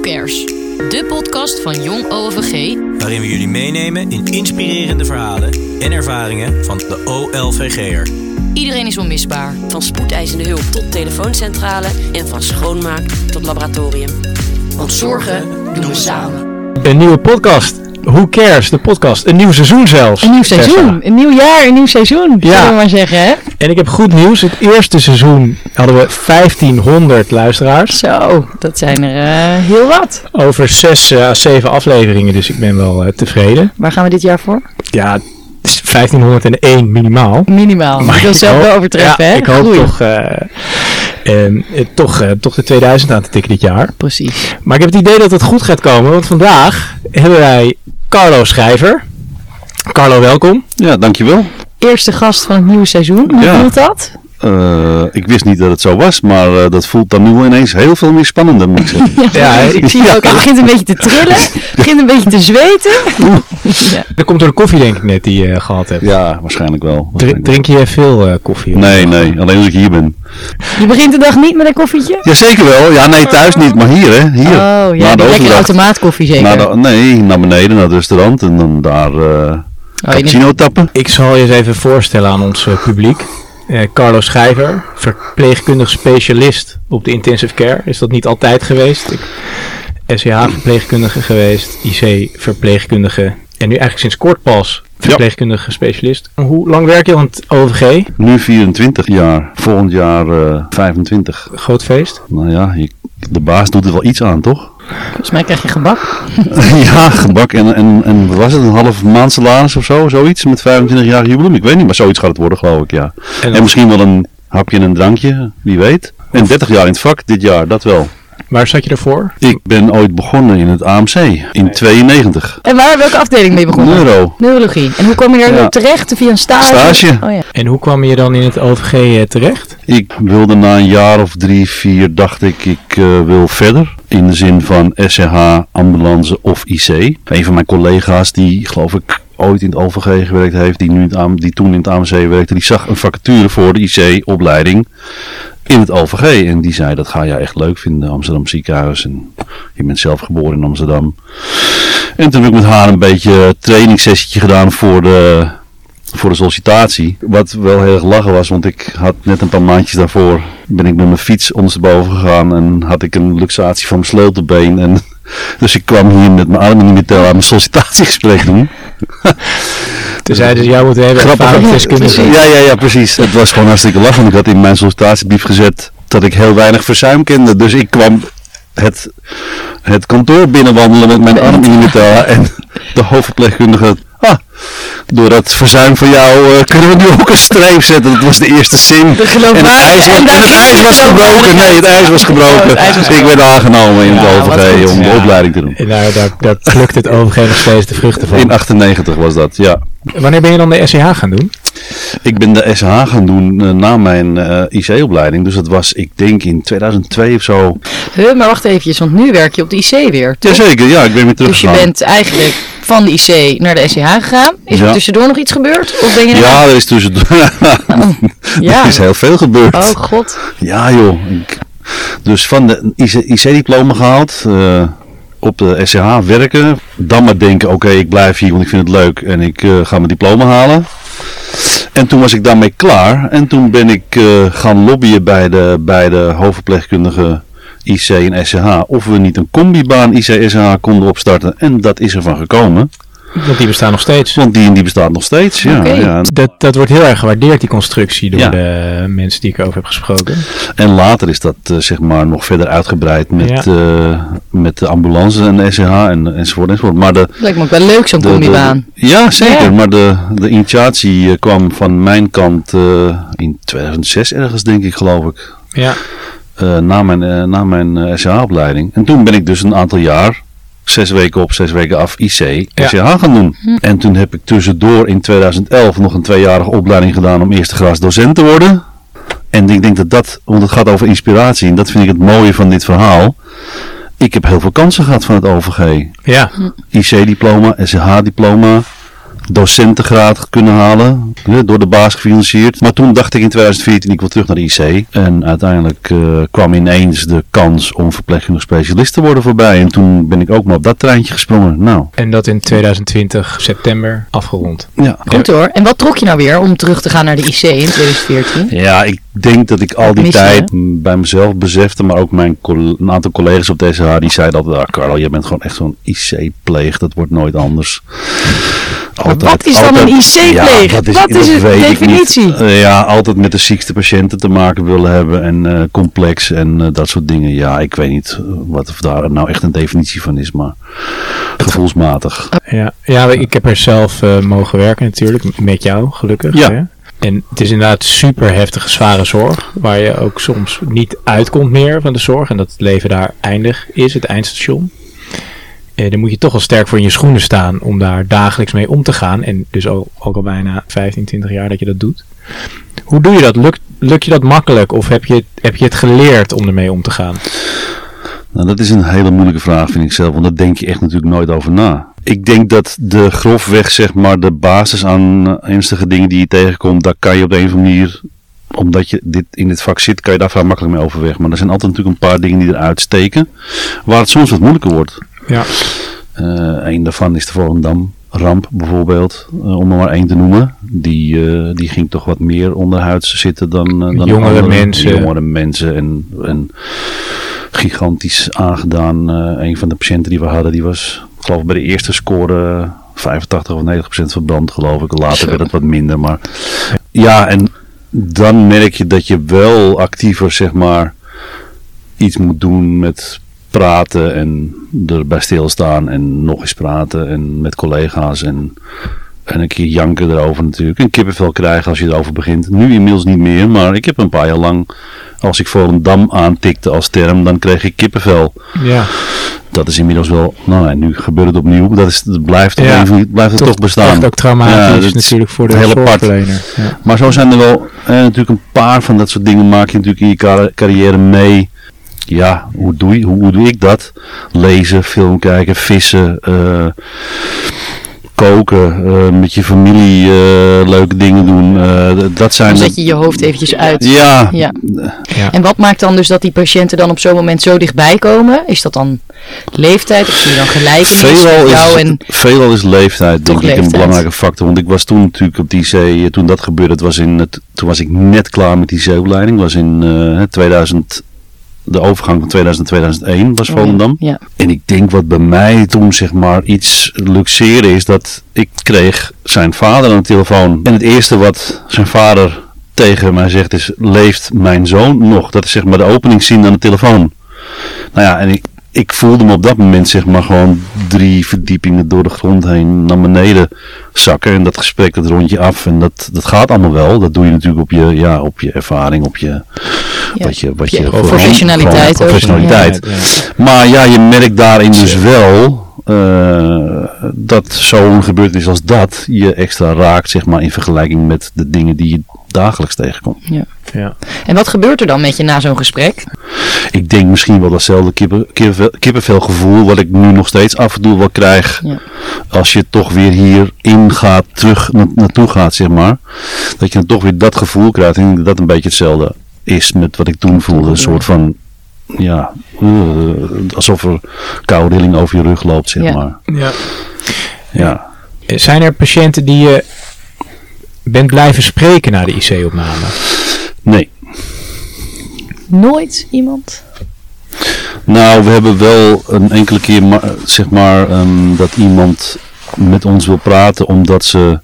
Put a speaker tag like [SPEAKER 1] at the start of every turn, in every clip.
[SPEAKER 1] Cares? De podcast van Jong OVG
[SPEAKER 2] waarin we jullie meenemen in inspirerende verhalen en ervaringen van de OLVG'er.
[SPEAKER 1] Iedereen is onmisbaar.
[SPEAKER 3] Van spoedeisende hulp tot telefooncentrale en van schoonmaak tot laboratorium.
[SPEAKER 1] Want zorgen doen we samen.
[SPEAKER 4] Een nieuwe podcast. Who cares? De podcast. Een nieuw seizoen zelfs.
[SPEAKER 5] Een nieuw seizoen,
[SPEAKER 4] Tessa.
[SPEAKER 5] een nieuw jaar, een nieuw seizoen,
[SPEAKER 4] Ja.
[SPEAKER 5] zullen we maar zeggen, hè?
[SPEAKER 4] En ik heb goed nieuws. Het eerste seizoen hadden we 1500 luisteraars.
[SPEAKER 5] Zo, dat zijn er eh, heel wat.
[SPEAKER 4] Over zes à zeven afleveringen. Dus ik ben wel eh, tevreden.
[SPEAKER 5] Waar gaan we dit jaar voor?
[SPEAKER 4] Ja, het is 1501 minimaal.
[SPEAKER 5] Minimaal. Maar ik wil
[SPEAKER 4] ik
[SPEAKER 5] zelf
[SPEAKER 4] hoop-
[SPEAKER 5] wel overtreffen,
[SPEAKER 4] ja,
[SPEAKER 5] hè?
[SPEAKER 4] Ik hoop
[SPEAKER 5] Groei.
[SPEAKER 4] toch, eh, ehm, eh, toch, eh, toch de 2000 aan te tikken dit jaar.
[SPEAKER 5] Precies.
[SPEAKER 4] Maar ik heb het idee dat het goed gaat komen. Want vandaag hebben wij Carlo Schrijver. Carlo, welkom.
[SPEAKER 6] Ja, dankjewel.
[SPEAKER 5] Eerste gast van het nieuwe seizoen, hoe
[SPEAKER 6] Ja.
[SPEAKER 5] voelt dat?
[SPEAKER 6] Eh, ik wist niet dat het zo was, maar eh, dat voelt dan nu ineens heel veel meer spannender, moet ik zeggen.
[SPEAKER 4] Ja,
[SPEAKER 5] Ik zie je ook, hij begint een beetje te trillen, begint een beetje te zweten. Ja.
[SPEAKER 4] Dat komt door de koffie, denk ik, net die je gehad hebt.
[SPEAKER 6] Ja, waarschijnlijk wel.
[SPEAKER 4] Dri-
[SPEAKER 6] Waarschijnlijk
[SPEAKER 4] drink je veel eh, koffie?
[SPEAKER 6] wel. Nee, nee, alleen als ik hier ben.
[SPEAKER 5] Je begint de dag niet met een koffietje?
[SPEAKER 6] Jazeker wel. Ja, nee, thuis niet, maar hier, hè.
[SPEAKER 5] Oh,
[SPEAKER 6] Hier.
[SPEAKER 5] ja,
[SPEAKER 6] Na de
[SPEAKER 5] die lekkere
[SPEAKER 6] overdracht.
[SPEAKER 5] automaatkoffie zeker.
[SPEAKER 6] Naar de- nee, naar beneden, naar het restaurant en dan daar eh
[SPEAKER 5] oh, je neemt-
[SPEAKER 6] cappuccino tappen.
[SPEAKER 4] Ik zal je eens even voorstellen aan ons eh, publiek. Eh, Carlo Schrijver, verpleegkundig specialist op de intensive care. Is dat niet altijd geweest? Ik, SCH-verpleegkundige geweest, IC-verpleegkundige. En nu eigenlijk sinds kort pas verpleegkundige specialist. Hoe lang werk je aan het OVG?
[SPEAKER 6] Nu 24 jaar, volgend jaar eh, 25.
[SPEAKER 4] Groot feest.
[SPEAKER 6] Nou ja, je- de baas doet er wel iets aan, toch?
[SPEAKER 5] Volgens mij krijg je gebak.
[SPEAKER 6] ja, gebak en, en, en wat was het, een half maand salaris of zo, zoiets, met 25 jaar jubileum. Ik weet niet, maar zoiets gaat het worden, geloof ik, ja.
[SPEAKER 4] En
[SPEAKER 6] En misschien wel een hapje en een drankje, wie weet. En 30 jaar in het vak dit jaar, dat wel.
[SPEAKER 4] waar zat je ervoor?
[SPEAKER 6] Ik ben ooit begonnen in het AMC in 92.
[SPEAKER 5] En waar, welke afdeling ben je begonnen?
[SPEAKER 6] Neuro.
[SPEAKER 5] Neurologie. En hoe kom je daar
[SPEAKER 6] Ja.
[SPEAKER 5] nu terecht? Via een stage?
[SPEAKER 6] Stage.
[SPEAKER 5] Oh, ja.
[SPEAKER 4] En hoe kwam je dan in het OVG eh, terecht?
[SPEAKER 6] Ik wilde na een jaar of drie, vier dacht ik, ik eh, wil verder. In de zin van SCH, ambulance of IC. Een van mijn collega's die geloof ik ooit in het OVG gewerkt heeft, die, nu in het AM, die toen in het AMC werkte, die zag een vacature voor de IC-opleiding in het OVG. En die zei, dat ga jij echt leuk vinden, Amsterdam ziekenhuis. En je bent zelf geboren in Amsterdam. En toen heb ik met haar een beetje trainingssessietje gedaan voor de, voor de sollicitatie. Wat wel heel erg lachen was, want ik had net een paar maandjes daarvoor... ben ik met mijn fiets ondersteboven gegaan en had ik een luxatie van mijn sleutelbeen... En dus ik kwam hier met mijn armen niet meer tellen aan mijn sollicitatiegesprek doen.
[SPEAKER 4] Toen zeiden ze, jij moet hebben
[SPEAKER 6] Grappig, hè?
[SPEAKER 4] ervaringsdeskundige.
[SPEAKER 6] Ja, ja, ja, precies. Het was gewoon hartstikke lach, want ik had in mijn sollicitatiebrief gezet dat ik heel weinig verzuim kende. Dus ik kwam het, het kantoor binnenwandelen met mijn arm in de taal en de hoofdverpleegkundige... Ah, door dat verzuim van jou eh, kunnen we nu ook een streep zetten. Dat was de eerste zin.
[SPEAKER 5] De
[SPEAKER 6] En het ijs, was,
[SPEAKER 5] en
[SPEAKER 6] en
[SPEAKER 5] daar-
[SPEAKER 6] het ijs was gebroken. Nee, het ijs was
[SPEAKER 5] Oh,
[SPEAKER 6] gebroken.
[SPEAKER 5] het ijs was
[SPEAKER 6] Ik werd aangenomen in
[SPEAKER 4] Ja,
[SPEAKER 6] het
[SPEAKER 4] wat
[SPEAKER 6] OVG
[SPEAKER 4] goed.
[SPEAKER 6] om de
[SPEAKER 4] Ja.
[SPEAKER 6] opleiding te doen.
[SPEAKER 4] En daar, daar, daar plukt het OVG nog steeds de vruchten van.
[SPEAKER 6] In 98 was dat, ja.
[SPEAKER 4] Wanneer ben je dan de SCH gaan doen?
[SPEAKER 6] Ik ben de SH gaan doen eh, na mijn eh, IC-opleiding. Dus dat was, ik denk, in 2002 of zo.
[SPEAKER 5] Huh, maar wacht eventjes, want nu werk je op de IC weer. toch?
[SPEAKER 6] Jazeker, ja, ik ben weer
[SPEAKER 5] dus je
[SPEAKER 6] teruggegaan.
[SPEAKER 5] bent eigenlijk van de IC naar de SCH gegaan. Is er
[SPEAKER 6] Ja.
[SPEAKER 5] tussendoor nog iets gebeurd? Of ben je
[SPEAKER 6] Ja, er is tussendoor.
[SPEAKER 5] Oh. ja.
[SPEAKER 6] Er is heel veel gebeurd.
[SPEAKER 5] Oh god.
[SPEAKER 6] Ja, joh. Ik- dus van de IC-diploma gehaald. eh, op de SCH werken. Dan maar denken, oké, ik blijf hier, want ik vind het leuk. En ik eh, ga mijn diploma halen. En toen was ik daarmee klaar. En toen ben ik eh, gaan lobbyen bij de, bij de hoofdverpleegkundige IC en SCH. Of we niet een combibaan IC-SCH konden opstarten. En dat is ervan gekomen.
[SPEAKER 4] Want die bestaan nog steeds.
[SPEAKER 6] Want die en die bestaat nog steeds. Ja,
[SPEAKER 5] Oké.
[SPEAKER 6] ja.
[SPEAKER 4] Dat, dat wordt heel erg gewaardeerd, die constructie, door
[SPEAKER 6] Ja.
[SPEAKER 4] de mensen die ik over heb gesproken.
[SPEAKER 6] En later is dat eh, zeg maar nog verder uitgebreid met, eh, met de ambulance en de SCH en, enzovoort, enzovoort. Maar de,
[SPEAKER 5] Lijkt me ook wel leuk zo'n
[SPEAKER 6] de, de-
[SPEAKER 5] combibaan.
[SPEAKER 6] ja, zeker.
[SPEAKER 5] Ja.
[SPEAKER 6] Maar de, de initiatie eh, kwam van mijn kant eh, in 2006 ergens, denk ik, geloof ik.
[SPEAKER 4] Ja.
[SPEAKER 6] Eh, na mijn, eh, na mijn SCH-opleiding. En toen ben ik dus een aantal jaar, zes weken op, zes weken af, IC,
[SPEAKER 4] Ja.
[SPEAKER 6] SCH gaan doen. En toen heb ik tussendoor in 2011 nog een tweejarige opleiding gedaan om eerste graad docent te worden. En ik denk dat dat, want het gaat over inspiratie en dat vind ik het mooie van dit verhaal. Ik heb heel veel kansen gehad van het OVG.
[SPEAKER 4] ja.
[SPEAKER 6] IC-diploma, SCH-diploma, docentengraad kunnen halen. hè, Door de baas gefinancierd. Maar toen dacht ik in 2014 ik wil terug naar de IC. En uiteindelijk eh, kwam ineens de kans om verpleegkundig specialist te worden voorbij. En toen ben ik ook maar op dat treintje gesprongen. Nou,
[SPEAKER 4] En dat in 2020 september afgerond.
[SPEAKER 6] ja.
[SPEAKER 5] Goed hoor. En wat trok je nou weer om terug te gaan naar de IC in 2014?
[SPEAKER 6] Ja, ik denk dat ik al die
[SPEAKER 5] Mis je,
[SPEAKER 6] tijd m, bij mezelf besefte, maar ook mijn coll- een aantal collega's op DSH die zeiden altijd, ah Carlo, jij bent gewoon echt zo'n IC-pleeg, dat wordt nooit anders.
[SPEAKER 5] Maar wat is dan een IC-pleeg?
[SPEAKER 6] Ja, dat is,
[SPEAKER 5] Wat is
[SPEAKER 6] dat
[SPEAKER 5] het-
[SPEAKER 6] weet ik niet.
[SPEAKER 5] definitie?
[SPEAKER 6] Eh, ja, altijd met de ziekste patiënten te maken willen hebben en eh, complex en eh, dat soort dingen. Ja, ik weet niet eh, wat of daar nou echt een definitie van is, maar gevoelsmatig.
[SPEAKER 4] Ja, ja ik heb er zelf eh, mogen werken natuurlijk, met jou gelukkig.
[SPEAKER 6] Ja.
[SPEAKER 4] Hè? En het is inderdaad super heftige, zware zorg, waar je ook soms niet uitkomt meer van de zorg en dat het leven daar eindig is, het eindstation. Eh, dan moet je toch wel sterk voor in je schoenen staan om daar dagelijks mee om te gaan. En dus al, ook al bijna 15, 20 jaar dat je dat doet. Hoe doe je dat? Lukt, lukt je dat makkelijk of heb je, het- heb je het geleerd om ermee om te gaan?
[SPEAKER 6] Nou, dat is een hele moeilijke vraag, vind ik zelf. Want daar denk je echt natuurlijk nooit over na. Ik denk dat de grofweg, zeg maar, de basis aan eh, ernstige dingen die je tegenkomt, daar kan je op de een of andere manier, omdat je dit in dit vak zit, kan je daar vrij makkelijk mee overweg. Maar er zijn altijd natuurlijk een paar dingen die eruit steken, waar het soms wat moeilijker wordt.
[SPEAKER 4] Ja.
[SPEAKER 6] Eh, een daarvan is de Volendam ramp bijvoorbeeld, eh, om er maar één te noemen. Die, eh, die ging toch wat meer onderhuids zitten dan, eh, dan
[SPEAKER 4] Jongere
[SPEAKER 6] andere-
[SPEAKER 4] mensen.
[SPEAKER 6] Jongere mensen en, en gigantisch aangedaan. Eh, een van de patiënten die we hadden, die was ik geloof bij de eerste score eh, 85 of 90 procent verbrand geloof ik. Later werd het wat minder, maar ja en dan merk je dat je wel actiever zeg maar iets moet doen met praten en erbij stilstaan en nog eens praten en met collega's en, en een keer janken erover natuurlijk. En kippenvel krijgen als je erover begint. Nu inmiddels niet meer, maar ik heb een paar jaar lang, als ik voor een dam aantikte als term, dan kreeg ik kippenvel.
[SPEAKER 4] ja.
[SPEAKER 6] Dat is inmiddels wel, nou en nu gebeurt het opnieuw, maar dat, is, dat blijft, op
[SPEAKER 4] Ja,
[SPEAKER 6] een of andere- blijft het toch, bestaan.
[SPEAKER 4] Echt ook traumatisch
[SPEAKER 6] Ja, dat is
[SPEAKER 4] natuurlijk voor de
[SPEAKER 6] heel apart.
[SPEAKER 4] zorgverlener. Ja.
[SPEAKER 6] Maar zo zijn er wel eh, natuurlijk een paar van dat soort dingen maak je natuurlijk in je carri- carrière mee. Ja, hoe doe, je, hoe, hoe doe ik dat? Lezen, film kijken, vissen, eh, koken, eh, met je familie eh, leuke dingen doen. eh, d- dat zijn
[SPEAKER 5] Dan
[SPEAKER 6] de-
[SPEAKER 5] zet je je hoofd eventjes uit.
[SPEAKER 6] Ja,
[SPEAKER 5] Ja.
[SPEAKER 4] Ja.
[SPEAKER 5] En wat maakt dan dus dat die patiënten dan op zo'n moment zo dichtbij komen? Is dat dan leeftijd? Of zie je dan gelijkenis
[SPEAKER 6] Veelal
[SPEAKER 5] dus met jou?
[SPEAKER 6] is,
[SPEAKER 5] En,
[SPEAKER 6] veelal is leeftijd,
[SPEAKER 5] Toch
[SPEAKER 6] denk ik, een
[SPEAKER 5] leeftijd.
[SPEAKER 6] belangrijke factor. Want ik was toen natuurlijk op die IC, eh, toen dat gebeurde, het was in, het, toen was ik net klaar met die IC-opleiding. was in eh, 2000, de overgang van 2000 2001
[SPEAKER 5] Oh,
[SPEAKER 6] was Volendam.
[SPEAKER 5] ja.
[SPEAKER 6] En ik denk wat bij mij toen zeg maar iets luxeerde is dat ik kreeg zijn vader aan de telefoon. En het eerste wat zijn vader tegen mij zegt is, leeft mijn zoon nog? Dat is zeg maar de openingszin aan de telefoon. Nou ja, en ik, ik voelde me op dat moment zeg maar gewoon drie verdiepingen door de grond heen naar beneden zakken. En dat gesprek, dat rond je af en dat, dat gaat allemaal wel. Dat doe je natuurlijk op je, ja, op je ervaring, op je, wat je, wat
[SPEAKER 5] je
[SPEAKER 6] je, gewoon-
[SPEAKER 5] professionaliteit
[SPEAKER 6] gewoon
[SPEAKER 5] ook.
[SPEAKER 6] professionaliteit.
[SPEAKER 4] Ja, ja.
[SPEAKER 6] Maar ja, je merkt daarin dus wel eh, dat zo'n gebeurtenis als dat je extra raakt, zeg maar, in vergelijking met de dingen die je dagelijks tegenkomt.
[SPEAKER 4] Ja.
[SPEAKER 5] en wat gebeurt er dan met je na zo'n gesprek?
[SPEAKER 6] Ik denk misschien wel datzelfde kippen, kippen, kippenvelgevoel wat ik nu nog steeds af en toe wel krijg
[SPEAKER 5] Ja.
[SPEAKER 6] als je toch weer hierin gaat, terug na- naartoe gaat, zeg maar. Dat je dan toch weer dat gevoel krijgt en ik denk dat dat een beetje hetzelfde is met wat ik toen voelde. Een soort van, ja, eh, alsof er koude rilling over je rug loopt, zeg
[SPEAKER 5] Ja.
[SPEAKER 6] maar.
[SPEAKER 4] Ja.
[SPEAKER 6] Ja.
[SPEAKER 4] Zijn er patiënten die je bent blijven spreken na de IC-opname?
[SPEAKER 6] Nee.
[SPEAKER 5] Nooit iemand?
[SPEAKER 6] Nou, we hebben wel een enkele keer, ma- zeg maar, ehm, dat iemand met ons wil praten omdat ze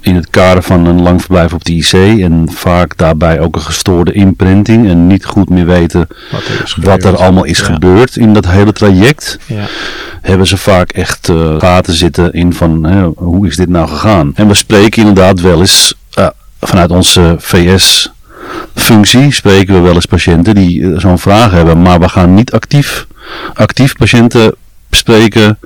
[SPEAKER 6] in het kader van een lang verblijf op de IC en vaak daarbij ook een gestoorde imprinting en niet goed meer weten
[SPEAKER 4] Wat er, is
[SPEAKER 6] wat er
[SPEAKER 4] gebeurd.
[SPEAKER 6] allemaal is
[SPEAKER 4] Ja.
[SPEAKER 6] gebeurd in dat hele traject
[SPEAKER 4] Ja.
[SPEAKER 6] hebben ze vaak echt eh, gaten zitten in van hè, hoe is dit nou gegaan. En we spreken inderdaad wel eens eh, vanuit onze VS functie spreken we wel eens patiënten die eh, zo'n vraag hebben, maar we gaan niet actief, actief patiënten spreken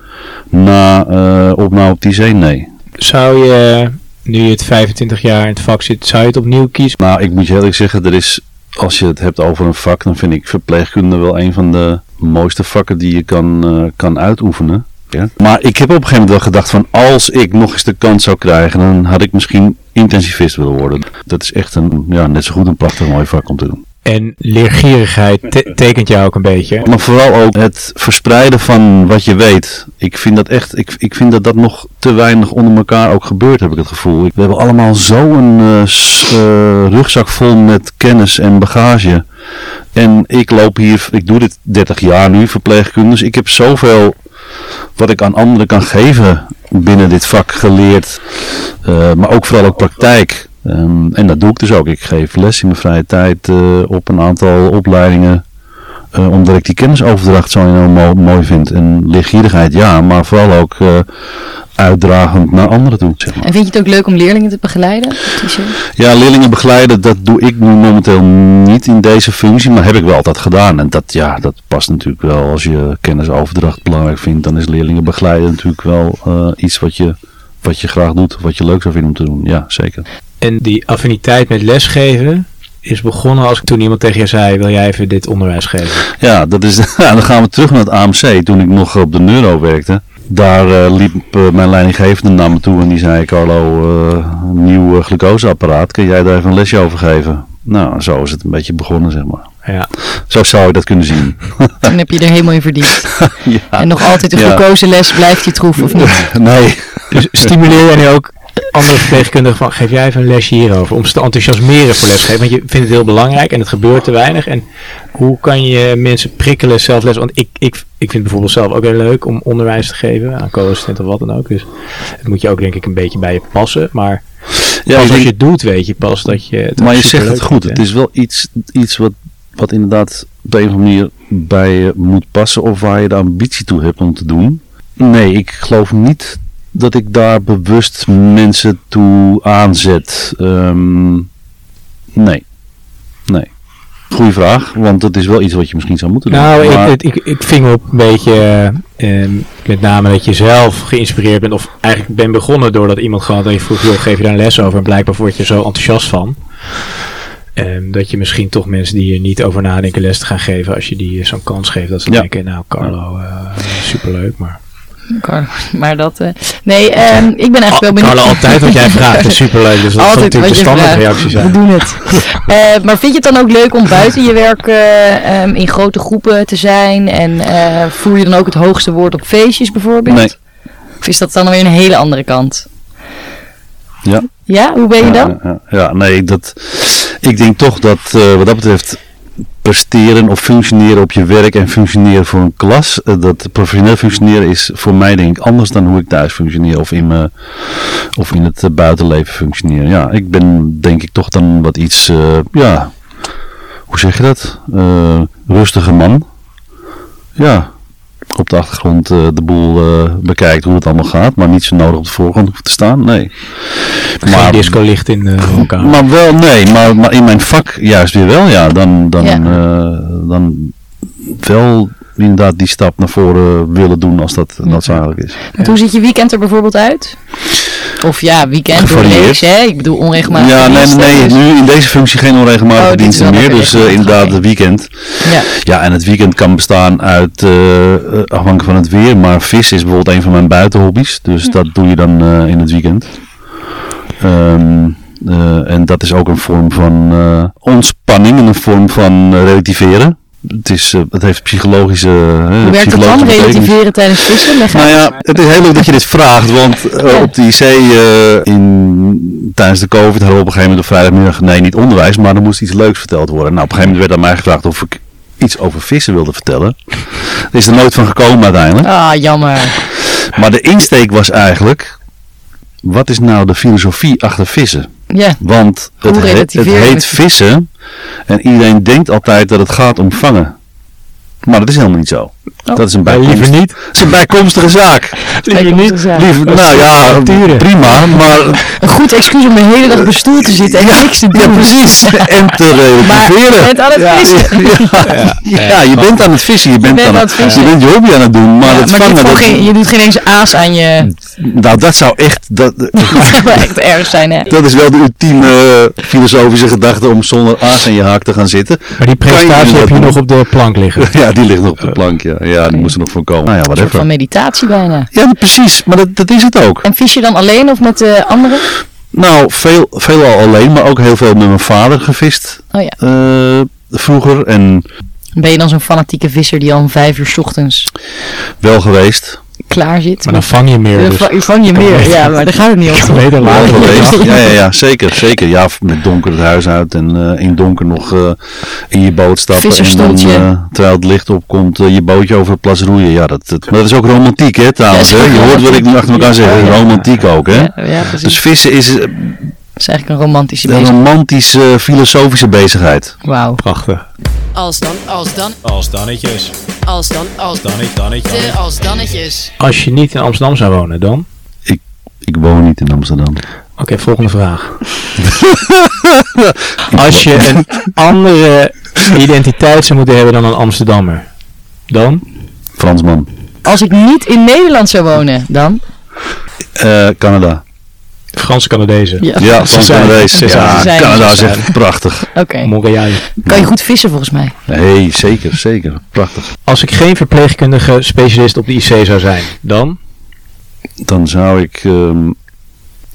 [SPEAKER 6] na eh opname op die zee, nee.
[SPEAKER 4] Zou je, nu je het 25 jaar in het vak zit, zou je het opnieuw kiezen?
[SPEAKER 6] Nou, ik moet je eerlijk zeggen, er is, als je het hebt over een vak, dan vind ik verpleegkunde wel een van de mooiste vakken die je kan, eh, kan uitoefenen. Ja. Maar ik heb op een gegeven moment wel gedacht van als ik nog eens de kans zou krijgen, dan had ik misschien intensivist willen worden. Dat is echt een, ja, net zo goed een prachtig mooi vak om te doen.
[SPEAKER 4] En leergierigheid te- tekent jou ook een beetje.
[SPEAKER 6] Maar vooral ook het verspreiden van wat je weet. Ik vind dat echt, ik, ik vind dat dat nog te weinig onder elkaar ook gebeurt, heb ik het gevoel. We hebben allemaal zo'n eh, s- eh, rugzak vol met kennis en bagage. En ik loop hier, ik doe dit 30 jaar nu, verpleegkunde. Dus ik heb zoveel wat ik aan anderen kan geven binnen dit vak geleerd. Eh, maar ook vooral ook praktijk. Ehm, en dat doe ik dus ook. Ik geef les in mijn vrije tijd eh, op een aantal opleidingen. Eh, omdat ik die kennisoverdracht zo enorm mo- mooi vind. En leergierigheid, ja, maar vooral ook eh, uitdragend naar anderen toe. Zeg maar.
[SPEAKER 5] En vind je het ook leuk om leerlingen te begeleiden? Tisha?
[SPEAKER 6] Ja, leerlingen begeleiden, dat doe ik nu momenteel niet in deze functie, maar heb ik wel altijd gedaan. En dat, ja, dat past natuurlijk wel. Als je kennisoverdracht belangrijk vindt, dan is leerlingen begeleiden natuurlijk wel eh, iets wat je, wat je graag doet, wat je leuk zou vinden om te doen. Ja, zeker.
[SPEAKER 4] En die affiniteit met lesgeven is begonnen als toen iemand tegen je zei, wil jij even dit onderwijs geven?
[SPEAKER 6] Ja, dat is, ja, dan gaan we terug naar het AMC. Toen ik nog op de Neuro werkte. Daar eh, liep eh, mijn leidinggevende naar me toe en die zei... Carlo, eh, een nieuw eh, glucoseapparaat. Kun jij daar even een lesje over geven? Nou, zo is het een beetje begonnen, zeg maar.
[SPEAKER 4] Ja.
[SPEAKER 6] Zo zou je dat kunnen zien.
[SPEAKER 5] Dan heb je er helemaal in verdiend.
[SPEAKER 6] ja.
[SPEAKER 5] En nog altijd een
[SPEAKER 6] Ja.
[SPEAKER 5] gekozen les blijft die troef of niet?
[SPEAKER 6] Nee,
[SPEAKER 4] Dus stimuleer jij nu ook andere verpleegkundigen van, geef jij even een lesje hierover, om ze te enthousiasmeren voor lesgeven, want je vindt het heel belangrijk en het gebeurt te weinig. En hoe kan je mensen prikkelen zelf les? Want ik, ik, ik vind het bijvoorbeeld zelf ook heel leuk om onderwijs te geven aan co-assistenten of wat dan ook. Dus het moet je ook denk ik een beetje bij je passen, maar
[SPEAKER 6] Ja,
[SPEAKER 4] pas
[SPEAKER 6] ik
[SPEAKER 4] als
[SPEAKER 6] denk-
[SPEAKER 4] je het doet, weet je pas dat je het
[SPEAKER 6] maar je
[SPEAKER 4] ook
[SPEAKER 6] zegt het
[SPEAKER 4] superleuk
[SPEAKER 6] goed.
[SPEAKER 4] vindt,
[SPEAKER 6] Het
[SPEAKER 4] hè?
[SPEAKER 6] is wel iets, iets wat, wat inderdaad op een of andere manier bij je moet passen of waar je de ambitie toe hebt om te doen. Nee, ik geloof niet dat ik daar bewust mensen toe aanzet. Ehm, nee. Nee. Goeie vraag, want dat is wel iets wat je misschien zou moeten doen.
[SPEAKER 4] Nou, ik-
[SPEAKER 6] Maar-
[SPEAKER 4] ik, ik, ik, ving op een beetje, eh, eh, met name dat je zelf geïnspireerd bent, of eigenlijk ben begonnen doordat iemand gewoon tegen je vroeg, joh, geef je daar een les over? En blijkbaar word je er zo enthousiast van. Ehm, dat je misschien toch mensen die er niet over nadenken les te gaan geven, als je die eh, zo'n kans geeft, dat ze
[SPEAKER 6] Ja.
[SPEAKER 4] denken, nou Carlo, eh, superleuk, maar...
[SPEAKER 5] Carlo, Maar dat... eh, nee, ehm, ik ben eigenlijk wel benieuwd.
[SPEAKER 4] Carlo, altijd wat jij vraagt is superleuk, dus dat zal
[SPEAKER 5] Altijd
[SPEAKER 4] natuurlijk
[SPEAKER 5] wat
[SPEAKER 4] de
[SPEAKER 5] je
[SPEAKER 4] standaardreactie
[SPEAKER 5] vraagt. We
[SPEAKER 4] zijn.
[SPEAKER 5] doen het. Eh, maar vind je het dan ook leuk om buiten je werk eh, ehm, in grote groepen te zijn? En eh, voer je dan ook het hoogste woord op feestjes bijvoorbeeld?
[SPEAKER 6] Nee.
[SPEAKER 5] Of is dat dan weer een hele andere kant?
[SPEAKER 6] Ja.
[SPEAKER 5] Ja, hoe ben je dan?
[SPEAKER 6] Ja, ja, ja. nee, dat, ik denk toch dat eh, wat dat betreft presteren of functioneren op je werk en functioneren voor een klas, eh, dat professioneel functioneren is voor mij denk ik anders dan hoe ik thuis functioneer of in, mijn, of in het eh, buitenleven functioneer. Ja, ik ben denk ik toch dan wat iets, eh, ja, hoe zeg je dat? Eh rustige man. Ja, op de achtergrond eh, de boel eh, bekijkt hoe het allemaal gaat, maar niet zo nodig op de voorgrond hoeft te staan, nee.
[SPEAKER 4] Geen disco licht in eh, elkaar.
[SPEAKER 6] Maar wel, nee, maar, maar in mijn vak juist weer wel, ja. Dan, dan,
[SPEAKER 5] Ja.
[SPEAKER 6] eh, dan wel inderdaad die stap naar voren willen doen als dat noodzakelijk is.
[SPEAKER 5] Want hoe ziet je weekend er bijvoorbeeld uit? Of ja, weekend door
[SPEAKER 6] Gevarieerd.
[SPEAKER 5] lees, hè? Ik bedoel onregelmatig.
[SPEAKER 6] ja, nee,
[SPEAKER 5] diensten,
[SPEAKER 6] nee,
[SPEAKER 5] dus-
[SPEAKER 6] nu in deze functie geen
[SPEAKER 5] Oh,
[SPEAKER 6] onregelmatige
[SPEAKER 5] dit is
[SPEAKER 6] diensten
[SPEAKER 5] wel
[SPEAKER 6] meer,
[SPEAKER 5] lekker
[SPEAKER 6] dus eh,
[SPEAKER 5] lekker.
[SPEAKER 6] inderdaad
[SPEAKER 5] Oké.
[SPEAKER 6] het weekend.
[SPEAKER 5] Ja.
[SPEAKER 6] Ja, en het weekend kan bestaan uit, eh, eh, afhankelijk van het weer, maar vissen is bijvoorbeeld een van mijn buitenhobby's. Dus dat doe je dan eh, in het weekend. Ehm, eh, en dat is ook een vorm van eh, ontspanning en een vorm van eh, relativeren. Het, is, eh, het heeft psychologische... eh,
[SPEAKER 5] Hoe werkt dat
[SPEAKER 6] psychologische
[SPEAKER 5] dan?
[SPEAKER 6] betekenis.
[SPEAKER 5] Relativeren tijdens vissen? Leg
[SPEAKER 6] Nou
[SPEAKER 5] uit.
[SPEAKER 6] ja, het is heel leuk dat je dit vraagt, want eh, op de IC eh, in, tijdens de COVID hadden we op een gegeven moment op vrijdagmiddag, nee niet onderwijs, maar er moest iets leuks verteld worden. Nou, op een gegeven moment werd aan mij gevraagd of ik iets over vissen wilde vertellen. Er is er nooit van gekomen uiteindelijk.
[SPEAKER 5] Ah, jammer.
[SPEAKER 6] Maar de insteek was eigenlijk, wat is nou de filosofie achter vissen?
[SPEAKER 5] Ja,
[SPEAKER 6] Want het,
[SPEAKER 5] Hoe
[SPEAKER 6] he- het
[SPEAKER 5] relativeren we
[SPEAKER 6] heet
[SPEAKER 5] het?
[SPEAKER 6] vissen en iedereen denkt altijd dat het gaat om vangen. Maar dat is helemaal niet zo.
[SPEAKER 5] Oh.
[SPEAKER 6] dat is een
[SPEAKER 4] Maar
[SPEAKER 6] bijkomst.
[SPEAKER 4] liever niet.
[SPEAKER 6] Het is een bijkomstige zaak.
[SPEAKER 5] Liever niet.
[SPEAKER 6] Liever-
[SPEAKER 4] Dat
[SPEAKER 6] nou
[SPEAKER 4] is
[SPEAKER 6] ja,
[SPEAKER 4] avonturen.
[SPEAKER 6] prima, maar
[SPEAKER 5] een goed excuus om de hele dag op een stoel te zitten en niks te doen.
[SPEAKER 6] ja, precies. En te relativeren.
[SPEAKER 5] bent aan het
[SPEAKER 6] ja.
[SPEAKER 5] vissen.
[SPEAKER 6] Ja. Ja, je bent aan het vissen. Je bent,
[SPEAKER 5] bent
[SPEAKER 6] aan
[SPEAKER 5] aan
[SPEAKER 6] het,
[SPEAKER 5] het vissen.
[SPEAKER 6] Je bent je hobby aan het dus. doen, maar
[SPEAKER 5] Ja,
[SPEAKER 6] het
[SPEAKER 5] maar dit
[SPEAKER 6] vangen...
[SPEAKER 5] voor
[SPEAKER 6] dat-
[SPEAKER 5] geen- je doet geen eens aas aan je...
[SPEAKER 6] Nou, dat zou echt... Dat,
[SPEAKER 5] Dat zou wel echt erg zijn, hè?
[SPEAKER 6] dat is wel de ultieme eh, filosofische gedachte om zonder aas aan je haak te gaan zitten.
[SPEAKER 4] Maar die
[SPEAKER 6] Kan je
[SPEAKER 4] presentatie
[SPEAKER 6] dat
[SPEAKER 4] heb je
[SPEAKER 6] doen?
[SPEAKER 4] nog op de plank liggen.
[SPEAKER 6] Ja, die ligt nog op de plank, ja. Ja, die moest er nog van komen. Nou ja,
[SPEAKER 5] Een soort van
[SPEAKER 6] whatever.
[SPEAKER 5] meditatie bijna.
[SPEAKER 6] Ja, precies. Maar dat, dat is het ook.
[SPEAKER 5] En vis je dan alleen of met eh anderen?
[SPEAKER 6] Nou, veel, veelal alleen, maar ook heel veel met mijn vader gevist
[SPEAKER 5] Oh ja.
[SPEAKER 6] eh, vroeger. En
[SPEAKER 5] Ben je dan zo'n fanatieke visser die al om vijf uur 's ochtends
[SPEAKER 6] wel geweest.
[SPEAKER 5] klaar zit?
[SPEAKER 4] Maar dan vang je meer.
[SPEAKER 5] Je
[SPEAKER 4] Dus.
[SPEAKER 5] va- je vang je meer, ja, maar daar gaat het niet om.
[SPEAKER 4] Ik kan beter
[SPEAKER 6] Wel
[SPEAKER 4] later.
[SPEAKER 6] geweest. Ja, ja, ja, zeker, zeker. Ja, met donker het huis uit en eh, in donker nog eh, in je boot stappen. En dan,
[SPEAKER 5] Vissersstoltje.
[SPEAKER 6] eh, terwijl het licht opkomt, eh, je bootje over het plas roeien. Ja, dat, dat, maar dat is ook romantiek, hè, trouwens.
[SPEAKER 5] Ja,
[SPEAKER 6] hè?
[SPEAKER 5] is ook
[SPEAKER 6] Je hoort wat ik nu achter elkaar zeg.
[SPEAKER 5] Ja, ja.
[SPEAKER 6] Romantiek ook, hè.
[SPEAKER 5] Ja, ja, precies.
[SPEAKER 6] Dus vissen is eh,
[SPEAKER 5] Dat is eigenlijk een romantische
[SPEAKER 6] een
[SPEAKER 5] bezig.
[SPEAKER 6] romantische, eh, filosofische bezigheid.
[SPEAKER 5] Wauw.
[SPEAKER 4] Prachtig.
[SPEAKER 3] Als dan,
[SPEAKER 1] Als dan,
[SPEAKER 2] Als dannetjes.
[SPEAKER 3] als dan,
[SPEAKER 1] als dan,
[SPEAKER 2] Dannetje, dannetje.
[SPEAKER 1] de
[SPEAKER 2] dannetje.
[SPEAKER 1] als dannetjes.
[SPEAKER 4] Als je niet in Amsterdam zou wonen, dan?
[SPEAKER 6] Ik woon niet in Amsterdam.
[SPEAKER 4] Oké, volgende vraag. Als je een andere identiteit zou moeten hebben dan een Amsterdammer, dan?
[SPEAKER 6] Fransman.
[SPEAKER 5] Als ik niet in Nederland zou wonen, dan?
[SPEAKER 6] Eh, Canada.
[SPEAKER 4] Frans-Canadezen.
[SPEAKER 5] Ja.
[SPEAKER 6] Ja,
[SPEAKER 4] Ze zijn-
[SPEAKER 6] Frans-Canadees.
[SPEAKER 4] ze zijn-
[SPEAKER 6] Ja,
[SPEAKER 5] ze zijn-
[SPEAKER 6] Canada
[SPEAKER 5] ze
[SPEAKER 6] is echt prachtig.
[SPEAKER 5] Oké.
[SPEAKER 4] Montreal.
[SPEAKER 5] Kan je goed vissen volgens mij?
[SPEAKER 6] Nee, zeker, zeker. Prachtig.
[SPEAKER 4] Als ik geen verpleegkundige specialist op de IC zou zijn, dan?
[SPEAKER 6] Dan zou ik, ehm,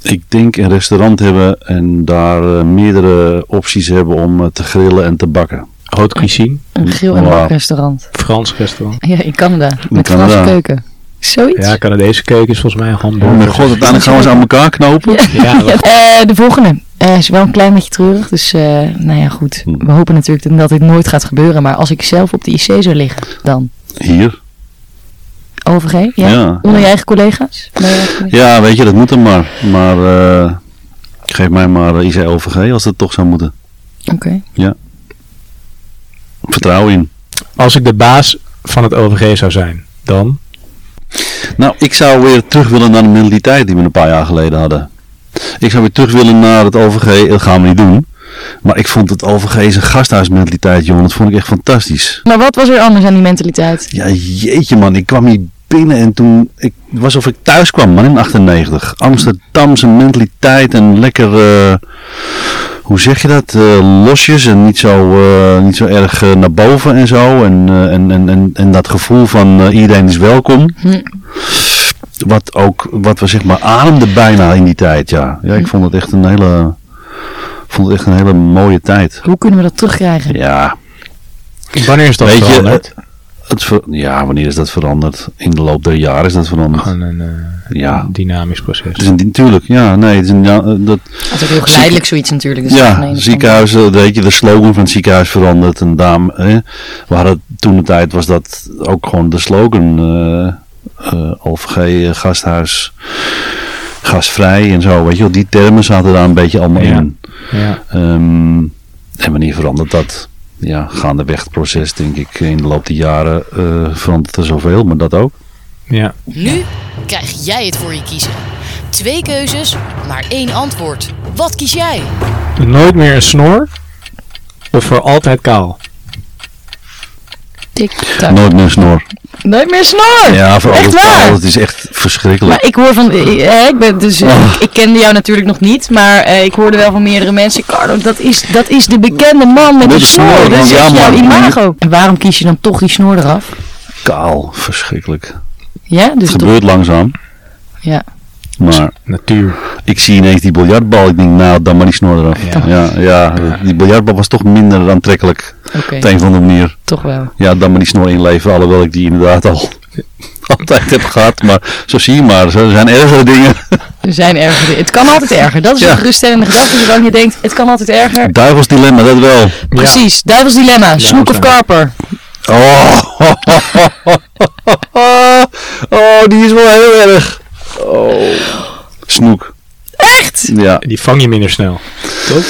[SPEAKER 6] ik denk, een restaurant hebben en daar eh, meerdere opties hebben om eh, te grillen en te bakken.
[SPEAKER 4] Haute cuisine,
[SPEAKER 5] Een geel en
[SPEAKER 6] Wauw.
[SPEAKER 5] bakrestaurant.
[SPEAKER 4] Frans restaurant.
[SPEAKER 5] Ja, in Canada. Met
[SPEAKER 6] Canada.
[SPEAKER 5] Franse keuken. Zoiets.
[SPEAKER 4] Ja, Canadese keuken is volgens mij een
[SPEAKER 6] Oh mijn
[SPEAKER 4] hamburger.
[SPEAKER 6] god, uiteindelijk gaan we ze aan elkaar knopen.
[SPEAKER 4] Ja, dat-
[SPEAKER 5] Eh, de volgende. Eh is wel een klein beetje treurig, dus eh, nou ja, goed.
[SPEAKER 6] Hm.
[SPEAKER 5] We hopen natuurlijk dat dit nooit gaat gebeuren, maar als ik zelf op de IC zou liggen, dan?
[SPEAKER 6] Hier.
[SPEAKER 5] OVG? Ja.
[SPEAKER 6] Ja.
[SPEAKER 5] Onder je eigen collega's? Onder je eigen collega's?
[SPEAKER 6] Ja, weet je, dat moet dan maar. Maar eh, geef mij maar eh, IC-OVG als dat toch zou moeten.
[SPEAKER 5] Oké.
[SPEAKER 6] Vertrouwen in.
[SPEAKER 4] Als ik de baas van het OVG zou zijn, dan?
[SPEAKER 6] Nou, ik zou weer terug willen naar de mentaliteit die we een paar jaar geleden hadden. Ik zou weer terug willen naar het OVG. Dat gaan we niet doen. Maar ik vond het OVG zijn gasthuismentaliteit, jongen. Dat vond ik echt fantastisch.
[SPEAKER 5] Maar wat was er anders aan die mentaliteit?
[SPEAKER 6] Ja, jeetje man. Ik kwam hier binnen en toen... Ik, het was alsof ik thuis kwam, man, in 98. Amsterdamse mentaliteit en lekker... eh, hoe zeg je dat? Eh, losjes en niet zo, eh, niet zo erg eh, naar boven en zo. En, eh, en, en, en, en dat gevoel van eh, iedereen is welkom.
[SPEAKER 5] Hm.
[SPEAKER 6] Wat ook, wat we zeg maar ademden bijna in die tijd, ja. Ja, ik vond het echt een hele, vond het echt een hele mooie tijd.
[SPEAKER 5] Hoe kunnen we dat terugkrijgen?
[SPEAKER 6] Ja,
[SPEAKER 4] Wanneer is dat
[SPEAKER 6] Weet je,
[SPEAKER 4] veranderd?
[SPEAKER 6] het ver- ja, wanneer is dat veranderd? In de loop der jaren is dat veranderd.
[SPEAKER 4] Gewoon een eh,
[SPEAKER 6] Ja,
[SPEAKER 4] dynamisch proces.
[SPEAKER 6] het is een- natuurlijk, ja, nee, het is een, ja, eh, dat,
[SPEAKER 5] Dat is ook heel geleidelijk zoiets natuurlijk. Dus van de
[SPEAKER 6] ja,
[SPEAKER 5] ene
[SPEAKER 6] ziekenhuizen, weet je, de slogan van het ziekenhuis veranderd. En dame, hè, we hadden toen de tijd was dat ook gewoon de slogan. eh eh OVG, eh, gasthuis, gasvrij en zo, weet je wel. Die termen zaten daar een beetje allemaal
[SPEAKER 4] Ja.
[SPEAKER 6] in.
[SPEAKER 4] Ja.
[SPEAKER 6] Ehm, en wanneer verandert dat? Ja, gaandeweg het proces, denk ik. In de loop der jaren eh, verandert er zoveel, maar dat ook.
[SPEAKER 4] ja.
[SPEAKER 1] Nu krijg jij het voor je kiezen. Twee keuzes, maar één antwoord. Wat kies jij?
[SPEAKER 4] Nooit meer een snor? Of voor altijd kaal?
[SPEAKER 5] kant. Tik-tak.
[SPEAKER 6] Nooit meer snor.
[SPEAKER 5] Nooit meer snor!
[SPEAKER 6] Ja, voor
[SPEAKER 5] Echt
[SPEAKER 6] altijd
[SPEAKER 5] waar?
[SPEAKER 6] al. Het is echt verschrikkelijk.
[SPEAKER 5] Maar ik hoor van, eh, ik ben dus,
[SPEAKER 6] Oh.
[SPEAKER 5] ik, ik kende jou natuurlijk nog niet, maar eh, ik hoorde wel van meerdere mensen, Carlo, dat is, dat is de bekende man met,
[SPEAKER 6] Met
[SPEAKER 5] de
[SPEAKER 6] de
[SPEAKER 5] snor,
[SPEAKER 6] snor,
[SPEAKER 5] dat is
[SPEAKER 6] want
[SPEAKER 5] echt
[SPEAKER 6] ja,
[SPEAKER 5] jouw
[SPEAKER 6] man.
[SPEAKER 5] imago. En waarom kies je dan toch die snor eraf?
[SPEAKER 6] Kaal, verschrikkelijk. Het
[SPEAKER 5] Ja, dus toch,
[SPEAKER 6] gebeurt langzaam.
[SPEAKER 5] Ja.
[SPEAKER 6] Maar
[SPEAKER 4] Natuur.
[SPEAKER 6] ik zie ineens die biljartbal. Ik denk, nou, dan maar die snor eraf.
[SPEAKER 4] Ja.
[SPEAKER 6] Ja, ja, die biljartbal was toch minder aantrekkelijk.
[SPEAKER 5] oké,
[SPEAKER 6] Op de een of andere manier.
[SPEAKER 5] toch wel.
[SPEAKER 6] Ja, dan maar die snor inleven. Alhoewel ik die inderdaad al altijd heb gehad. Maar zo zie je maar. zo- Er zijn ergere dingen.
[SPEAKER 5] Er zijn erger, het kan altijd erger. Dat is
[SPEAKER 6] Ja.
[SPEAKER 5] een geruststellende gedachte, zolang je denkt, het kan altijd erger.
[SPEAKER 6] Duivels dilemma, dat wel.
[SPEAKER 5] Precies, duivels dilemma, snoek of
[SPEAKER 4] ja.
[SPEAKER 5] karper.
[SPEAKER 6] Oh, oh, die is wel heel erg. Oh. Snoek.
[SPEAKER 5] Echt?
[SPEAKER 6] Ja,
[SPEAKER 4] Die vang je minder snel. Toch?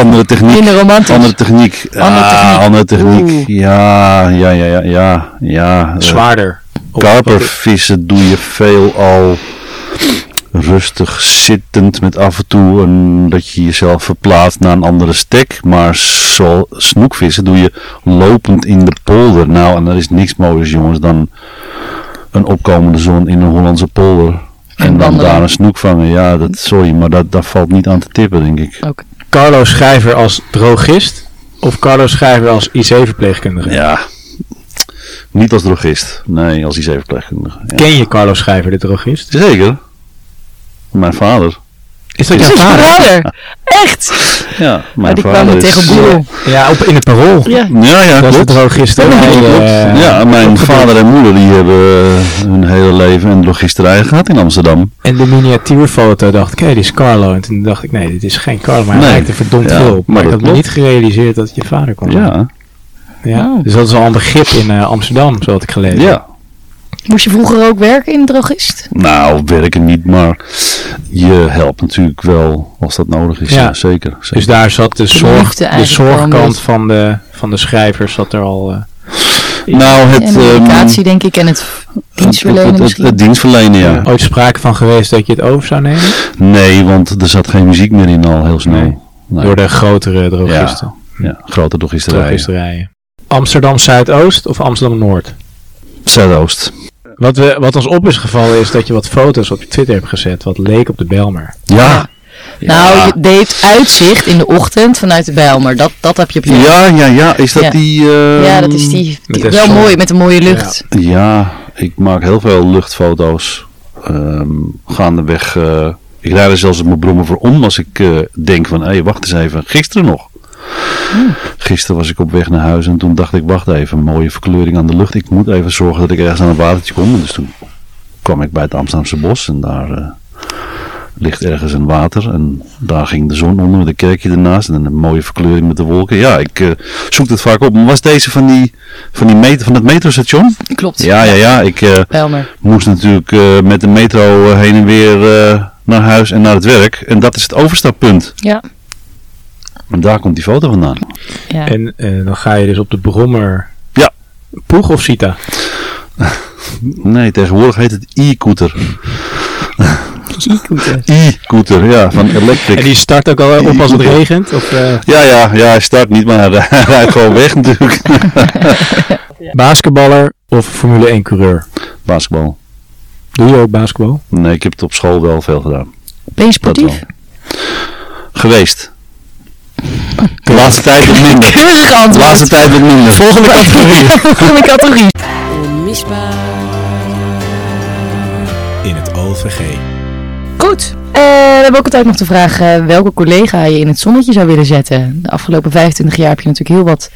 [SPEAKER 6] andere techniek.
[SPEAKER 5] Minder romantisch.
[SPEAKER 6] Andere techniek.
[SPEAKER 5] Andere techniek.
[SPEAKER 6] Ah, andere
[SPEAKER 5] Oeh.
[SPEAKER 6] techniek. Ja, ja, ja, ja, ja. ja. Eh,
[SPEAKER 4] Zwaarder. Op-
[SPEAKER 6] Karpervissen doe je veelal rustig zittend met af en toe een, dat je jezelf verplaatst naar een andere stek. Maar zo, snoekvissen doe je lopend in de polder. Nou, en er is niks moois jongens dan een opkomende zon in een Hollandse polder. En dan
[SPEAKER 5] wandelen.
[SPEAKER 6] daar een snoek vangen. Ja, dat, sorry, maar dat, daar valt niet aan te tippen, denk ik.
[SPEAKER 4] Carlo Schrijver als drogist of Carlo Schrijver als IC-verpleegkundige?
[SPEAKER 6] Ja, niet als drogist. Nee, als IC-verpleegkundige. Ja.
[SPEAKER 4] Ken je Carlo Schrijver, de drogist?
[SPEAKER 6] Zeker. Mijn vader.
[SPEAKER 4] Is dat
[SPEAKER 6] Is
[SPEAKER 4] jouw
[SPEAKER 6] het
[SPEAKER 4] vader?
[SPEAKER 5] Vader! Echt!
[SPEAKER 6] Ja, mijn
[SPEAKER 5] die
[SPEAKER 6] vader
[SPEAKER 5] kwamen
[SPEAKER 6] is- eh,
[SPEAKER 5] tegen Ah. Boel.
[SPEAKER 4] Ja, op, in het parool.
[SPEAKER 5] Ja.
[SPEAKER 6] Ja,
[SPEAKER 4] Dat
[SPEAKER 6] ja,
[SPEAKER 4] was de
[SPEAKER 6] klopt.
[SPEAKER 4] drogist. hè?
[SPEAKER 6] Ja,
[SPEAKER 4] Hij,
[SPEAKER 6] klopt.
[SPEAKER 4] eh,
[SPEAKER 6] ja, mijn vader en moeder die hebben eh, hun hele leven een logisterij gehad in Amsterdam.
[SPEAKER 4] En de miniatuurfoto dacht ik, hé, dit is Carlo. En toen dacht ik, nee, dit is geen Carlo, maar hij
[SPEAKER 6] Nee.
[SPEAKER 4] lijkt er verdomd
[SPEAKER 6] Ja,
[SPEAKER 4] veel op. Maar
[SPEAKER 6] maar
[SPEAKER 4] ik had
[SPEAKER 6] dat
[SPEAKER 4] me
[SPEAKER 6] klopt.
[SPEAKER 4] niet gerealiseerd dat het je vader kon zijn.
[SPEAKER 6] Ja,
[SPEAKER 4] Ja.
[SPEAKER 5] Oh.
[SPEAKER 4] Dus dat is al een begrip in eh, Amsterdam, zo had ik gelezen.
[SPEAKER 6] ja.
[SPEAKER 5] Moest je vroeger ook werken in de drogist?
[SPEAKER 6] Nou, werken niet, maar je helpt natuurlijk wel als dat nodig is.
[SPEAKER 4] Ja.
[SPEAKER 6] Ja, zeker. zeker.
[SPEAKER 4] Dus daar zat de, zorg,
[SPEAKER 5] liefde
[SPEAKER 4] de
[SPEAKER 5] eigenlijk wel een
[SPEAKER 4] zorgkant
[SPEAKER 5] beetje.
[SPEAKER 4] van de, van de schrijvers zat er al... eh,
[SPEAKER 6] nou, het,
[SPEAKER 5] En de
[SPEAKER 6] ehm,
[SPEAKER 5] medicatie denk ik en het
[SPEAKER 6] het,
[SPEAKER 5] dienstverlenen
[SPEAKER 6] het- het,
[SPEAKER 5] misschien.
[SPEAKER 6] het dienstverlenen, ja.
[SPEAKER 4] ooit sprake van geweest dat je het over zou nemen?
[SPEAKER 6] Nee, want er zat geen muziek meer in al heel snel.
[SPEAKER 4] Nee.
[SPEAKER 6] Nee.
[SPEAKER 4] Door de grotere drogisten.
[SPEAKER 6] Ja, grote drogisterij.
[SPEAKER 4] drogisterijen. Amsterdam Zuidoost of Amsterdam Noord?
[SPEAKER 6] Zuidoost.
[SPEAKER 4] Wat, we, wat ons op is gevallen is dat je wat foto's op je Twitter hebt gezet. Wat leek op de Belmer.
[SPEAKER 6] Ja.
[SPEAKER 5] Nou,
[SPEAKER 6] ja.
[SPEAKER 5] je deed uitzicht in de ochtend vanuit de Bijlmer. Dat, dat heb je op je...
[SPEAKER 6] Ja, ja, ja. Is dat
[SPEAKER 5] Ja.
[SPEAKER 6] die... ehm,
[SPEAKER 5] Ja, dat is die.
[SPEAKER 4] Met
[SPEAKER 5] die-
[SPEAKER 4] de
[SPEAKER 5] wel
[SPEAKER 4] zon.
[SPEAKER 5] mooi, met een mooie lucht.
[SPEAKER 6] Ja, ik maak heel veel luchtfoto's. ehm, gaandeweg. eh, ik rijd er zelfs op mijn brommen voor om als ik eh, denk van... Hé, wacht eens even. Gisteren nog. Gisteren was ik op weg naar huis en toen dacht ik... Wacht even, mooie verkleuring aan de lucht. Ik moet even zorgen dat ik ergens aan een watertje kom. En dus toen kwam ik bij het Amsterdamse bos en daar... eh, Ligt ergens een water en daar ging de zon onder met een kerkje ernaast en een mooie verkleuring met de wolken. Ja, ik eh, zoek het vaak op. Maar was deze van, die, van, die met- van het metrostation?
[SPEAKER 5] Klopt.
[SPEAKER 6] Ja, ja, ja. Ik eh,
[SPEAKER 5] Bijlmer.
[SPEAKER 6] moest natuurlijk eh, met de metro eh, heen en weer eh, naar huis en naar het werk. En dat is het overstappunt.
[SPEAKER 5] Ja.
[SPEAKER 6] En daar komt die foto vandaan.
[SPEAKER 5] ja.
[SPEAKER 4] En eh, dan ga je dus op de Brommer.
[SPEAKER 6] Ja.
[SPEAKER 4] Poeg of Sita?
[SPEAKER 6] Nee, tegenwoordig heet het e-cooter. E-cooter, ja, van electric.
[SPEAKER 4] En die start ook al eh, op als het regent? Of, eh,
[SPEAKER 6] Ja, ja, ja, hij start niet, maar eh, hij rijdt gewoon weg natuurlijk.
[SPEAKER 4] Basketballer of Formule 1 coureur?
[SPEAKER 6] Basketbal.
[SPEAKER 4] Doe je ook basketbal?
[SPEAKER 6] Nee, ik heb het op school wel veel gedaan.
[SPEAKER 5] Ben je
[SPEAKER 6] Dat wel.
[SPEAKER 5] sportief?
[SPEAKER 6] Geweest. De laatste tijd wat minder.
[SPEAKER 5] Keurig
[SPEAKER 6] De
[SPEAKER 5] antwoord.
[SPEAKER 6] laatste tijd wat minder. Volgende categorie.
[SPEAKER 5] Volgende categorie.
[SPEAKER 3] Onmisbaar.
[SPEAKER 2] in het OVG.
[SPEAKER 5] Goed. Eh, we hebben ook altijd nog de vraag eh, welke collega je in het zonnetje zou willen zetten. De afgelopen 25 jaar heb je natuurlijk heel wat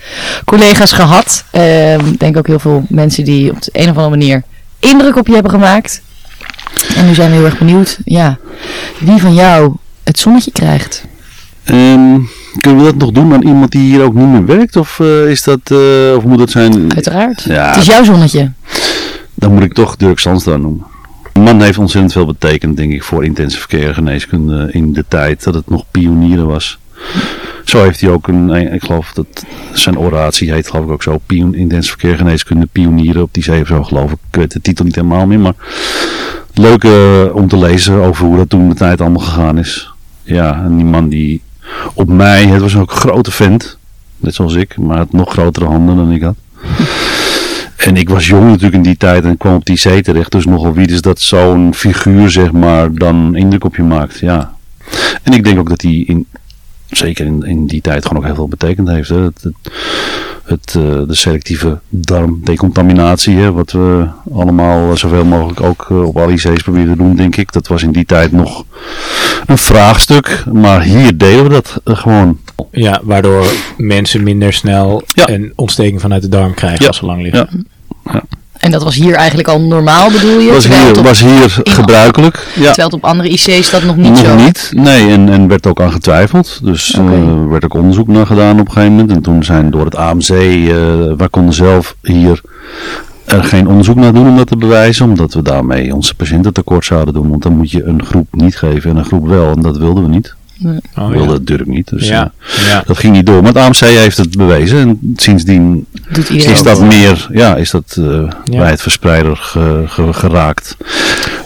[SPEAKER 5] collega's gehad. Eh, Ik denk ook heel veel mensen die op de een of andere manier indruk op je hebben gemaakt. En nu zijn we heel erg benieuwd ja, wie van jou het zonnetje krijgt.
[SPEAKER 6] Ehm, kunnen we dat nog doen aan iemand die hier ook niet meer werkt? Of, eh, is dat, eh, of moet dat zijn...
[SPEAKER 5] Uiteraard.
[SPEAKER 6] Ja,
[SPEAKER 5] Het is jouw zonnetje.
[SPEAKER 6] dan moet ik toch Dirk Sandstra noemen. De man heeft ontzettend veel betekend, denk ik, voor intensive care geneeskunde in de tijd dat het nog pionieren was. Zo heeft hij ook een, ik geloof dat zijn oratie heet, geloof ik ook zo, pion, intensive care geneeskunde, pionieren op die zee of zo, geloof ik. Ik weet de titel niet helemaal meer, maar leuk eh, om te lezen over hoe dat toen de tijd allemaal gegaan is. Ja, en die man die op mij, het was ook een grote vent, net zoals ik, maar had nog grotere handen dan ik had. En ik was jong natuurlijk in die tijd en kwam op die zee terecht. Dus nogal wie dus dat zo'n figuur, zeg maar, dan indruk op je maakt. Ja. En ik denk ook dat hij, in, zeker in, in die tijd, gewoon ook heel veel betekend heeft. Hè. Het, het, het, eh, de selectieve darmdecontaminatie, hè, wat we allemaal eh, zoveel mogelijk ook eh, op alle IC's proberen te doen, denk ik. Dat was in die tijd nog een vraagstuk. Maar hier deden we dat eh, gewoon.
[SPEAKER 4] Ja, waardoor mensen minder snel
[SPEAKER 6] Ja.
[SPEAKER 4] een ontsteking vanuit de darm krijgen
[SPEAKER 6] Ja.
[SPEAKER 4] als ze lang liggen.
[SPEAKER 6] Ja.
[SPEAKER 5] En dat was hier eigenlijk al normaal bedoel je?
[SPEAKER 6] Was
[SPEAKER 5] terwijl, het
[SPEAKER 6] hier,
[SPEAKER 5] op,
[SPEAKER 6] was hier gebruikelijk. Ja.
[SPEAKER 5] terwijl het op andere IC's dat nog niet
[SPEAKER 6] Nog
[SPEAKER 5] zo.
[SPEAKER 6] niet, nee, en, en werd ook aan getwijfeld. Dus eh,
[SPEAKER 5] Oké.
[SPEAKER 6] er werd ook onderzoek naar gedaan op een gegeven moment. En toen zijn door het AMC, eh wij konden zelf hier er geen onderzoek naar doen om dat te bewijzen. Omdat we daarmee onze patiënten tekort zouden doen. Want dan moet je een groep niet geven en een groep wel. En dat wilden we niet.
[SPEAKER 4] Oh,
[SPEAKER 6] We wilden het natuurlijk niet. Dus
[SPEAKER 4] ja.
[SPEAKER 6] eh,
[SPEAKER 4] ja.
[SPEAKER 6] dat ging niet door. Maar het AMC heeft het bewezen. En sindsdien
[SPEAKER 5] Doet iedereen.
[SPEAKER 6] is dat meer, ja, is dat eh
[SPEAKER 4] Ja.
[SPEAKER 6] bij het verspreider ge- ge- geraakt.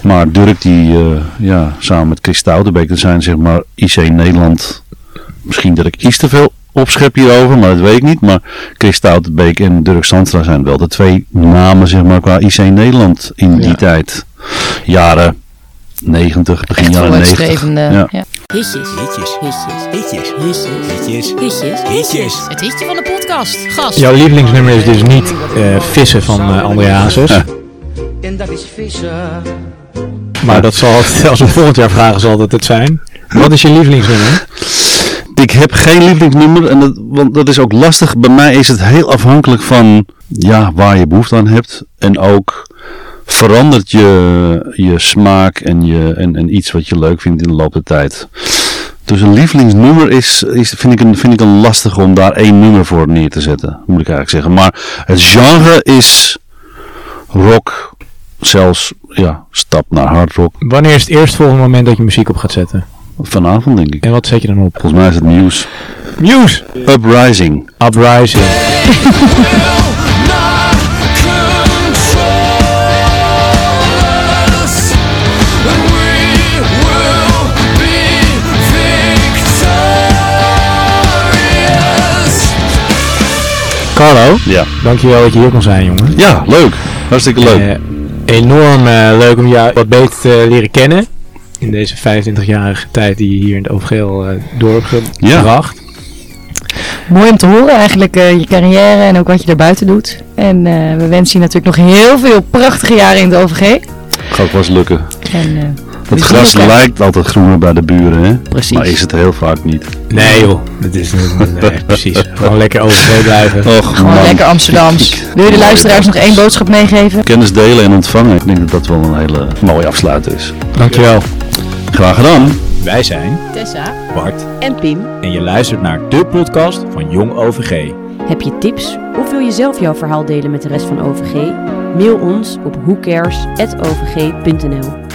[SPEAKER 6] Maar Durk die, eh, ja, samen met Chris Stoutenbeek, dat zijn zeg maar IC Nederland. Misschien dat ik iets te veel opschep hierover, maar dat weet ik niet. Maar Chris Stoutenbeek en Dirk Sandstra zijn wel de twee namen, zeg maar, qua IC Nederland in die
[SPEAKER 5] Ja.
[SPEAKER 6] tijd. Jaren 90, begin
[SPEAKER 5] Echt
[SPEAKER 6] jaren 90.
[SPEAKER 5] vooruitstrevende.
[SPEAKER 6] Ja.
[SPEAKER 5] ja.
[SPEAKER 3] Hitjes.
[SPEAKER 2] Hitjes.
[SPEAKER 3] Hitjes.
[SPEAKER 2] Hitjes.
[SPEAKER 3] Hitjes.
[SPEAKER 2] Hitjes.
[SPEAKER 3] Hitjes.
[SPEAKER 2] Hitjes.
[SPEAKER 1] Het hitje van de podcast. Gast.
[SPEAKER 4] Jouw lievelingsnummer is dus niet eh, Vissen van eh André Hazes.
[SPEAKER 7] En dat is vissen.
[SPEAKER 4] Maar dat zal het, als we volgend jaar vragen zal dat het zijn. Wat is je lievelingsnummer?
[SPEAKER 6] Ik heb geen lievelingsnummer, en dat, want dat is ook lastig. Bij mij is het heel afhankelijk van ja, waar je behoefte aan hebt. En ook verandert je, je smaak en, je, en, en iets wat je leuk vindt in de loop der tijd. Dus een lievelingsnummer is, is, vind, ik een, vind ik een lastige om daar één nummer voor neer te zetten, moet ik eigenlijk zeggen. Maar het genre is rock, zelfs ja, stap naar hard rock.
[SPEAKER 4] Wanneer is het eerst volgende moment dat je muziek op gaat zetten?
[SPEAKER 6] Vanavond denk ik.
[SPEAKER 4] En wat zet je dan op?
[SPEAKER 6] Volgens mij is het nieuws.
[SPEAKER 4] Muse!
[SPEAKER 6] Uprising.
[SPEAKER 4] Uprising. Carlo,
[SPEAKER 6] Ja.
[SPEAKER 4] dankjewel dat je hier kon zijn, jongen.
[SPEAKER 6] Ja, leuk. Hartstikke leuk.
[SPEAKER 4] Eh, enorm eh, leuk om jou wat beter te leren kennen. In deze 25-jarige tijd die je hier in het Ooggeel eh doorgebracht.
[SPEAKER 5] Mooi om te horen eigenlijk, eh, je carrière en ook wat je daarbuiten doet. En eh, we wensen je natuurlijk nog heel veel prachtige jaren in de OVG.
[SPEAKER 6] Gaat vast lukken.
[SPEAKER 5] En, eh,
[SPEAKER 6] Het
[SPEAKER 5] zien
[SPEAKER 6] gras
[SPEAKER 5] elkaar.
[SPEAKER 6] lijkt altijd groener bij de buren, hè?
[SPEAKER 5] Precies.
[SPEAKER 6] Maar is het heel vaak niet.
[SPEAKER 4] Nee joh, dat is niet, nee, precies. Gewoon lekker Ooggeel blijven.
[SPEAKER 6] Och,
[SPEAKER 5] Gewoon
[SPEAKER 6] man.
[SPEAKER 5] lekker Amsterdams. Wil je de luisteraars nog één boodschap meegeven?
[SPEAKER 6] Kennis delen en ontvangen. Ik denk dat dat wel een hele mooie afsluiter is.
[SPEAKER 4] Dankjewel.
[SPEAKER 6] Graag gedaan.
[SPEAKER 2] Wij zijn
[SPEAKER 8] Tessa
[SPEAKER 2] Bart
[SPEAKER 8] en Pim.
[SPEAKER 2] en je luistert naar de podcast van Jong OVG.
[SPEAKER 8] Heb je tips of wil je zelf jouw verhaal delen met de rest van OVG? Mail ons op whocares.ovg.nl